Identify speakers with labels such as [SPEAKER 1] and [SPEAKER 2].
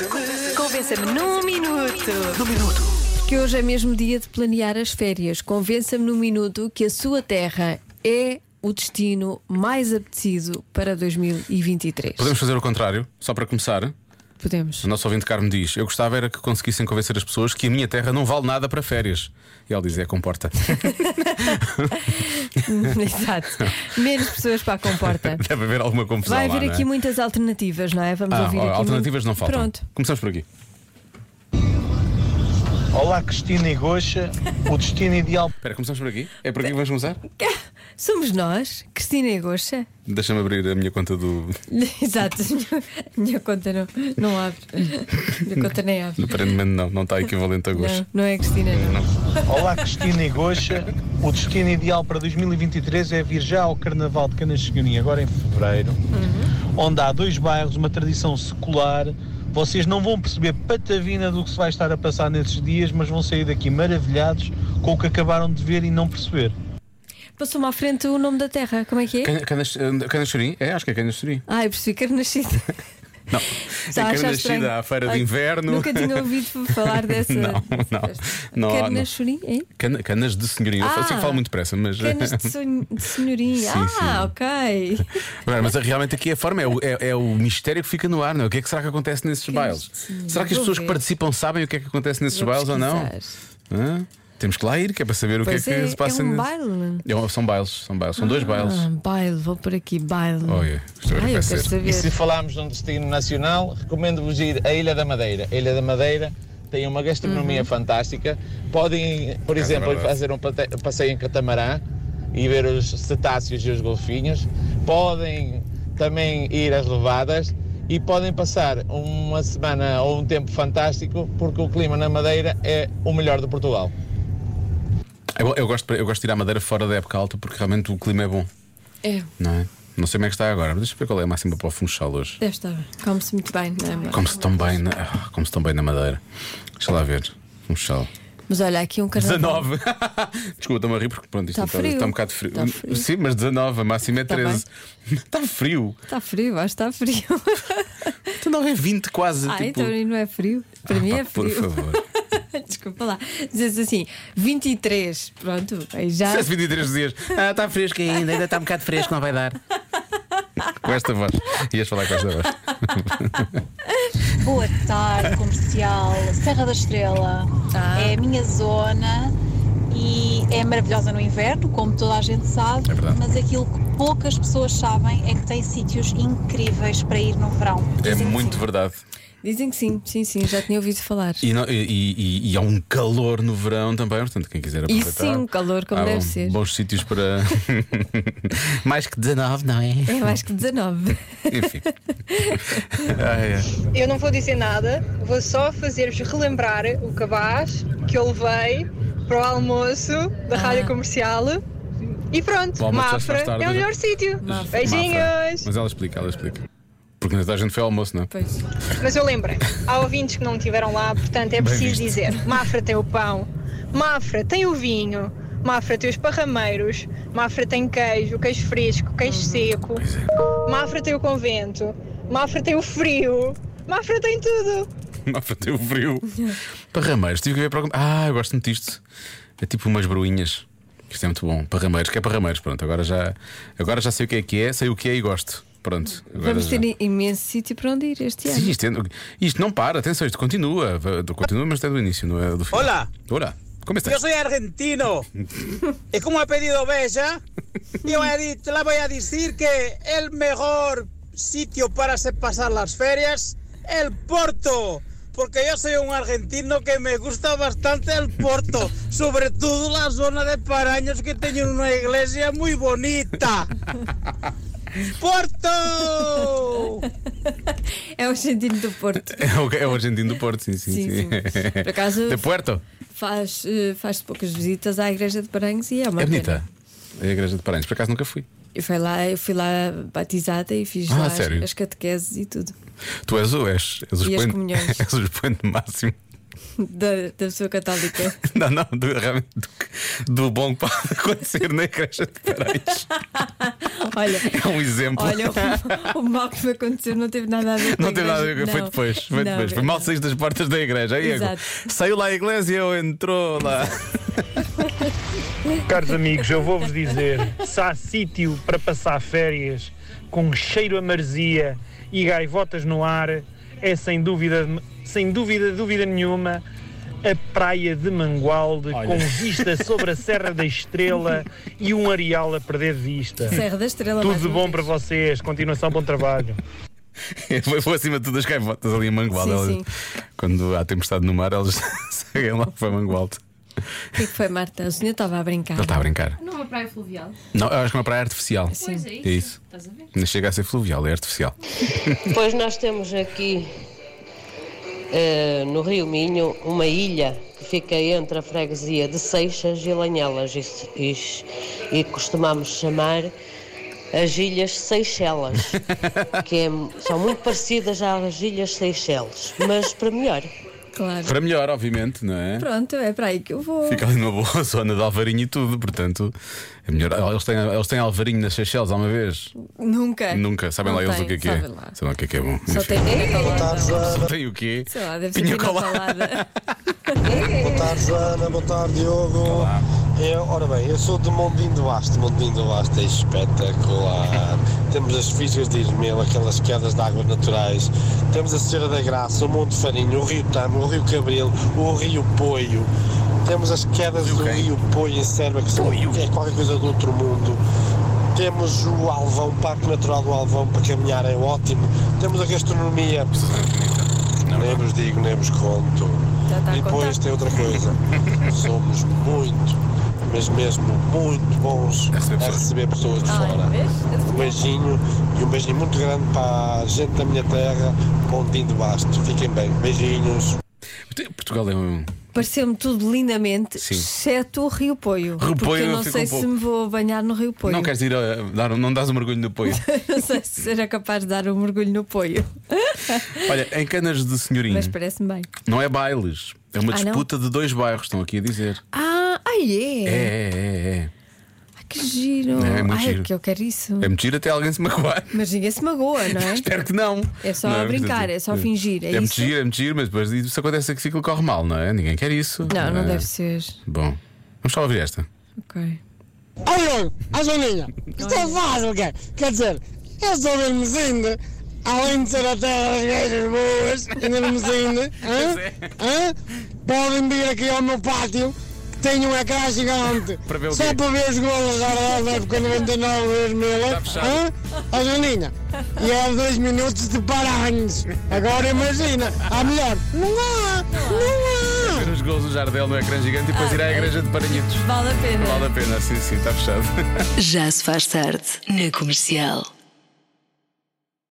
[SPEAKER 1] Convença-me. Convença-me num minuto.
[SPEAKER 2] No minuto.
[SPEAKER 3] Que hoje é mesmo dia de planear as férias. Convença-me num minuto que a sua terra é o destino mais apetecido para 2023.
[SPEAKER 4] Podemos fazer o contrário, só para começar.
[SPEAKER 3] Podemos.
[SPEAKER 4] O nosso ouvinte Carmo diz: Eu gostava era que conseguissem convencer as pessoas que a minha terra não vale nada para férias. E ela diz: É, comporta.
[SPEAKER 3] Exato. Menos pessoas para a comporta.
[SPEAKER 4] Deve haver alguma confusão.
[SPEAKER 3] Vai
[SPEAKER 4] lá,
[SPEAKER 3] haver
[SPEAKER 4] não é?
[SPEAKER 3] aqui muitas alternativas, não é? Vamos
[SPEAKER 4] Ah,
[SPEAKER 3] ouvir aqui.
[SPEAKER 4] alternativas
[SPEAKER 3] muito-
[SPEAKER 4] não faltam.
[SPEAKER 3] Pronto.
[SPEAKER 4] Começamos por aqui.
[SPEAKER 5] Olá Cristina e Goxa, o destino ideal
[SPEAKER 4] Espera, começamos por aqui? É por aqui que vamos começar?
[SPEAKER 3] Somos nós, Cristina e Goxa.
[SPEAKER 4] Deixa-me abrir a minha conta do,
[SPEAKER 3] Exato. A minha conta não, não abre. A minha conta nem abre.
[SPEAKER 4] Aparentemente não, não está equivalente a gosto.
[SPEAKER 3] Não, não é Cristina, não.
[SPEAKER 5] Olá Cristina e Goxa. O destino ideal para 2023 é vir já ao Carnaval de Canasseguinha, agora em fevereiro, onde há dois bairros, uma tradição secular. Vocês não vão perceber patavina do que se vai estar a passar nesses dias, mas vão sair daqui maravilhados com o que acabaram de ver e não perceber.
[SPEAKER 3] Passou-me à frente o nome da terra, como é que é?
[SPEAKER 4] Cana- canas- eh, Canachorim? É, acho que é Canachorim.
[SPEAKER 3] Ah, eu percebi Carnascida.
[SPEAKER 4] Não.
[SPEAKER 3] Já
[SPEAKER 4] é
[SPEAKER 3] achaste estranho?
[SPEAKER 4] Carnascida à feira de
[SPEAKER 3] Ai,
[SPEAKER 4] inverno.
[SPEAKER 3] Nunca tinha ouvido falar dessa.
[SPEAKER 4] Não, não, não, não.
[SPEAKER 3] Carnachorim, hein?
[SPEAKER 4] Cana- Canas de senhorinha. Eu
[SPEAKER 3] Ah.
[SPEAKER 4] sei que falo muito depressa, mas.
[SPEAKER 3] Canas de, sonho, de senhorinha.
[SPEAKER 4] Sim,
[SPEAKER 3] ah, ok.
[SPEAKER 4] Agora, mas realmente aqui a forma é o, é- é o mistério que fica no ar, não é? O que é que será que acontece nesses bailes?
[SPEAKER 3] sim.
[SPEAKER 4] Será que as
[SPEAKER 3] Vou
[SPEAKER 4] pessoas
[SPEAKER 3] ver.
[SPEAKER 4] que participam sabem o que é que acontece nesses
[SPEAKER 3] Vou
[SPEAKER 4] bailes ou não?
[SPEAKER 3] pesquisar.
[SPEAKER 4] Hã? Temos que lá ir, que é para saber o
[SPEAKER 3] Pois
[SPEAKER 4] que é que
[SPEAKER 3] é,
[SPEAKER 4] se passa
[SPEAKER 3] é um
[SPEAKER 4] nesse-
[SPEAKER 3] baile.
[SPEAKER 4] É um- são bailes, são bailes, são dois bailes.
[SPEAKER 3] Ah, baile, vou por aqui, baile.
[SPEAKER 4] Olha, isto agora
[SPEAKER 3] Ai, eu
[SPEAKER 4] vai
[SPEAKER 3] quero
[SPEAKER 4] ser.
[SPEAKER 3] saber.
[SPEAKER 6] E se falarmos de um destino nacional, recomendo-vos ir à Ilha da Madeira. A Ilha da Madeira tem uma gastronomia fantástica. Podem, por exemplo, ir
[SPEAKER 4] verdade.
[SPEAKER 6] fazer um pate- passeio em catamarã e ver os cetáceos e os golfinhos. Podem também ir às levadas e podem passar uma semana ou um tempo fantástico porque o clima na Madeira é o melhor de Portugal.
[SPEAKER 4] É bom, eu, gosto, eu gosto de ir à madeira fora da época alta porque realmente o clima é bom,
[SPEAKER 3] É,
[SPEAKER 4] não é? Não sei como é que está agora, mas deixa eu ver qual é a máxima para o Funchal hoje.
[SPEAKER 3] deve estar. bem. Come-se muito bem, não é? amor?
[SPEAKER 4] Como se tão bem na, ah, como se tão bem na madeira. Deixa lá ver. Funchal.
[SPEAKER 3] Mas olha, aqui um carnaval.
[SPEAKER 4] 19. Desculpa, estou-me a rir porque pronto, isto
[SPEAKER 3] Tá
[SPEAKER 4] está,
[SPEAKER 3] frio.
[SPEAKER 4] está um bocado frio.
[SPEAKER 3] Tá frio.
[SPEAKER 4] Sim, mas 19, a máxima é
[SPEAKER 3] Tá
[SPEAKER 4] 13. Está frio.
[SPEAKER 3] Está frio, acho que está frio.
[SPEAKER 4] 19 é 20 quase.
[SPEAKER 3] ah,
[SPEAKER 4] tipo...
[SPEAKER 3] então aí não é frio. Para
[SPEAKER 4] Ah,
[SPEAKER 3] mim
[SPEAKER 4] pá,
[SPEAKER 3] é
[SPEAKER 4] Por
[SPEAKER 3] frio.
[SPEAKER 4] favor.
[SPEAKER 3] Desculpa lá. Dizes assim, 23, pronto, aí já.
[SPEAKER 4] Se fosse 23 dias. Ah, está fresco ainda, ainda está um bocado fresco, não vai dar. com esta voz. Ias falar com esta voz. É
[SPEAKER 7] Boa tarde, comercial. Serra da Estrela
[SPEAKER 3] Ah.
[SPEAKER 7] é a minha zona e é maravilhosa no inverno, como toda a gente sabe.
[SPEAKER 4] É verdade.
[SPEAKER 7] mas aquilo que poucas pessoas sabem é que tem sítios incríveis para ir no verão.
[SPEAKER 4] É muito verdade.
[SPEAKER 3] Dizem que sim, sim, sim, já tinha ouvido falar.
[SPEAKER 4] E, não- e- e- e há um calor no verão também, portanto, quem quiser aproveitar.
[SPEAKER 3] sim, um calor como
[SPEAKER 4] há
[SPEAKER 3] deve
[SPEAKER 4] bom-
[SPEAKER 3] ser.
[SPEAKER 4] Bons sítios para. Mais que 19, não é?
[SPEAKER 3] É mais que 19.
[SPEAKER 4] Enfim. Ai, ai.
[SPEAKER 8] Eu não vou dizer nada, vou só fazer-vos relembrar o cabaz que eu levei para o almoço da
[SPEAKER 3] Ah.
[SPEAKER 8] rádio comercial. E pronto,
[SPEAKER 4] Bom, mas já se faz
[SPEAKER 8] Mafra
[SPEAKER 4] tarde,
[SPEAKER 8] é o
[SPEAKER 4] já-
[SPEAKER 8] melhor sítio.
[SPEAKER 3] Mafra.
[SPEAKER 8] Beijinhos!
[SPEAKER 4] Mas ela explica, ela explica. Porque ainda a gente foi ao almoço, não é?
[SPEAKER 3] Pois.
[SPEAKER 8] Mas eu lembro, há ouvintes que não estiveram lá, portanto é preciso
[SPEAKER 4] visto.
[SPEAKER 8] dizer: Mafra tem o pão, Mafra tem o vinho, Mafra tem os parrameiros, Mafra tem queijo, queijo fresco, queijo
[SPEAKER 3] Uhum.
[SPEAKER 8] seco,
[SPEAKER 4] é.
[SPEAKER 8] Mafra tem o convento, Mafra tem o frio, Mafra tem tudo.
[SPEAKER 4] Mafra tem o frio. Parrameiros, tive que ver para. o- Ah, eu gosto muito disto. É tipo umas broinhas. Isto é muito bom. Parrameiros, que é parrameiros, pronto. Agora já, agora já sei o que é que é, sei o que é e gosto. Pronto. agora
[SPEAKER 3] Vamos
[SPEAKER 4] já.
[SPEAKER 3] ter imenso sítio para onde ir este ano.
[SPEAKER 4] Sim, isto, é- isto não para, atenção, isto continua. Va- Continua, mas é do início, não é do fim.
[SPEAKER 9] Hola,
[SPEAKER 4] Olá, como
[SPEAKER 9] yo
[SPEAKER 4] estás?
[SPEAKER 9] soy argentino. Y como ha pedido Bella, yo voy a di- te la voy a decir que el mejor sitio para se pasar las ferias, el Porto. Porque yo soy un argentino que me gusta bastante el Porto, sobre todo la zona de Paraños que tiene una iglesia muy bonita. ¡Porto!
[SPEAKER 3] É o Argentino do Porto.
[SPEAKER 4] É o, é o argentino do Porto, sim, sim.
[SPEAKER 3] Sim,
[SPEAKER 4] sim.
[SPEAKER 3] sim. Por acaso-
[SPEAKER 4] De Puerto? É
[SPEAKER 3] Faz, eh, faz poucas visitas à Igreja de Paranhos e é uma pena.
[SPEAKER 4] É bonita. É a igreja de Paranhos, por acaso nunca fui.
[SPEAKER 3] Eu fui lá, eu fui lá batizada e fiz
[SPEAKER 4] Ah,
[SPEAKER 3] lá as,
[SPEAKER 4] sério?
[SPEAKER 3] as catequeses e tudo
[SPEAKER 4] Tu és o és, és o
[SPEAKER 3] E as
[SPEAKER 4] expoente-
[SPEAKER 3] comunhões.
[SPEAKER 4] és o expoente máximo.
[SPEAKER 3] da, da pessoa católica.
[SPEAKER 4] Não, não, do, realmente do, que- do bom que pode acontecer na igreja de Paredes.
[SPEAKER 3] Olha,
[SPEAKER 4] É um exemplo.
[SPEAKER 3] olha o, o mal que me aconteceu não teve nada a ver com
[SPEAKER 4] Não
[SPEAKER 3] a
[SPEAKER 4] teve nada a ver,
[SPEAKER 3] igreja.
[SPEAKER 4] foi
[SPEAKER 3] Não.
[SPEAKER 4] depois. Foi,
[SPEAKER 3] Não, é
[SPEAKER 4] depois. foi mal saís das portas da igreja. Aí, é
[SPEAKER 3] Exato.
[SPEAKER 4] saiu lá a igreja ou entrou lá.
[SPEAKER 2] Caros amigos, eu vou-vos dizer: se há sítio para passar férias com cheiro a marzia e gaivotas no ar, é sem dúvida, sem dúvida, dúvida nenhuma, a praia de Mangualde com vista sobre a Serra da Estrela e um areal a perder de vista.
[SPEAKER 3] Serra da Estrela.
[SPEAKER 2] Tudo
[SPEAKER 3] mais um
[SPEAKER 2] de
[SPEAKER 3] uma
[SPEAKER 2] bom
[SPEAKER 3] vez.
[SPEAKER 2] para vocês, continuação, bom trabalho.
[SPEAKER 4] Foi, foi acima de tudo as gaivotas ali em Mangualde.
[SPEAKER 3] Sim,
[SPEAKER 4] Elas-
[SPEAKER 3] sim.
[SPEAKER 4] Quando há tempestade no mar, elas seguem lá para Mangualde.
[SPEAKER 3] O que é que foi, Marta? O senhor estava a brincar.
[SPEAKER 4] Ele está a brincar.
[SPEAKER 10] Numa é praia fluvial.
[SPEAKER 4] Não, eu acho que é uma praia artificial.
[SPEAKER 10] Pois é
[SPEAKER 4] É isso.
[SPEAKER 10] Estás a ver?
[SPEAKER 4] Não chega a ser fluvial, é artificial.
[SPEAKER 11] Pois nós temos aqui eh, no Rio Minho uma ilha que fica entre a freguesia de Seixas e Lanhelas e, se- e ch- e costumamos chamar as Ilhas Seixelas, que é- são muito parecidas às Ilhas Seychelles, mas para melhor.
[SPEAKER 3] Claro.
[SPEAKER 4] Para melhor, obviamente, não é?
[SPEAKER 3] Pronto, é para aí que eu vou.
[SPEAKER 4] Fica ali numa boa zona de Alvarinho e tudo, portanto, é melhor. Eles têm, eles têm Alvarinho nas Seychelles alguma vez?
[SPEAKER 3] Nunca.
[SPEAKER 4] Nunca. Sabem
[SPEAKER 3] Não
[SPEAKER 4] lá eles o
[SPEAKER 3] tem,
[SPEAKER 4] que é que é.
[SPEAKER 3] sabem lá.
[SPEAKER 4] Sabem o que é que é bom.
[SPEAKER 3] Só
[SPEAKER 4] Enfim.
[SPEAKER 3] tem pinha colada.
[SPEAKER 4] Só tem o quê?
[SPEAKER 3] Sei lá, deve ser
[SPEAKER 4] Pinha
[SPEAKER 3] pinha
[SPEAKER 4] colada.
[SPEAKER 3] colada.
[SPEAKER 5] Boa tarde, Joana. Boa tarde, Diogo. Eu, ora bem, eu sou de Mondinho do Basto. Mondinho do Basto é espetacular. Temos as fisgas de Irmel, aquelas quedas de águas naturais. Temos a Serra da Graça, o Monte Farinho, o Rio Tamo, o Rio Cabril, o Rio Poio. Temos as quedas do Rio Poio em Serva, que são que é qualquer coisa do outro mundo. Temos o Alvão, o Parque Natural do Alvão, para caminhar é ótimo. Temos a gastronomia. Nem vos digo, nem vos conto.
[SPEAKER 3] Já está a
[SPEAKER 5] E depois
[SPEAKER 3] contar.
[SPEAKER 5] tem outra coisa. é, Somos muito, mas mesmo muito bons
[SPEAKER 4] A receber
[SPEAKER 5] a
[SPEAKER 4] pessoas.
[SPEAKER 5] receber pessoas de fora. Um beijinho e um beijinho muito grande para a gente da minha terra, Pontinho do Basto. Fiquem bem. Beijinhos.
[SPEAKER 4] Portugal é um.
[SPEAKER 3] Pareceu-me tudo lindamente,
[SPEAKER 4] Sim.
[SPEAKER 3] exceto o Rio Poio.
[SPEAKER 4] Rio
[SPEAKER 3] porque
[SPEAKER 4] Poio
[SPEAKER 3] eu não
[SPEAKER 4] fica
[SPEAKER 3] sei
[SPEAKER 4] um
[SPEAKER 3] se
[SPEAKER 4] pouco.
[SPEAKER 3] me vou banhar no Rio Poio.
[SPEAKER 4] Não queres ir a. Dar, não dás um mergulho no poio.
[SPEAKER 3] Não sei se será capaz de dar um mergulho no Poio.
[SPEAKER 4] Olha, em Canas de Senhorinho,
[SPEAKER 3] Mas parece-me bem.
[SPEAKER 4] não é bailes. É uma
[SPEAKER 3] Ah, não?
[SPEAKER 4] disputa de dois bairros, estão aqui a dizer.
[SPEAKER 3] Ah, ai
[SPEAKER 4] É,
[SPEAKER 3] é.
[SPEAKER 4] é, é, é.
[SPEAKER 3] Ai, que giro.
[SPEAKER 4] É, é muito
[SPEAKER 3] ai,
[SPEAKER 4] giro.
[SPEAKER 3] que eu quero isso.
[SPEAKER 4] É mentira até alguém se magoar.
[SPEAKER 3] Mas ninguém se magoa, não é?
[SPEAKER 4] Espero que não.
[SPEAKER 3] É só
[SPEAKER 4] Não
[SPEAKER 3] brincar, é só fingir, é
[SPEAKER 4] É
[SPEAKER 3] isso?
[SPEAKER 4] mentir, é mentir, mas depois isso acontece que aquilo corre mal, não é? Ninguém quer isso.
[SPEAKER 3] Não, não
[SPEAKER 4] É.
[SPEAKER 3] deve ser.
[SPEAKER 4] Bom, vamos só ouvir esta.
[SPEAKER 3] Ok.
[SPEAKER 9] Ó Diogo, ó Joaninha, isto é fácil, cara. Quer dizer, eu sou de Hermesinde, além de ser a terra das gajas boas, em Hermesinde,
[SPEAKER 4] é.
[SPEAKER 9] hã? Hã? podem vir aqui ao meu pátio, que tenho um ecrã gigante,
[SPEAKER 4] Para ver o
[SPEAKER 9] só
[SPEAKER 4] quê?
[SPEAKER 9] para ver os golos da Real da época 99 2000,
[SPEAKER 4] fechado.
[SPEAKER 9] hã? Ó Joaninha, e há dois minutos de paranhos, agora imagina, há melhor, não há, não há.
[SPEAKER 4] Ver os gols do Jardel no ecrã gigante e depois ir à igreja de Paranhitos.
[SPEAKER 3] Ah, é. Vale a pena.
[SPEAKER 4] Vale a pena, sim, sim, está fechado.
[SPEAKER 1] Já se faz tarde na comercial.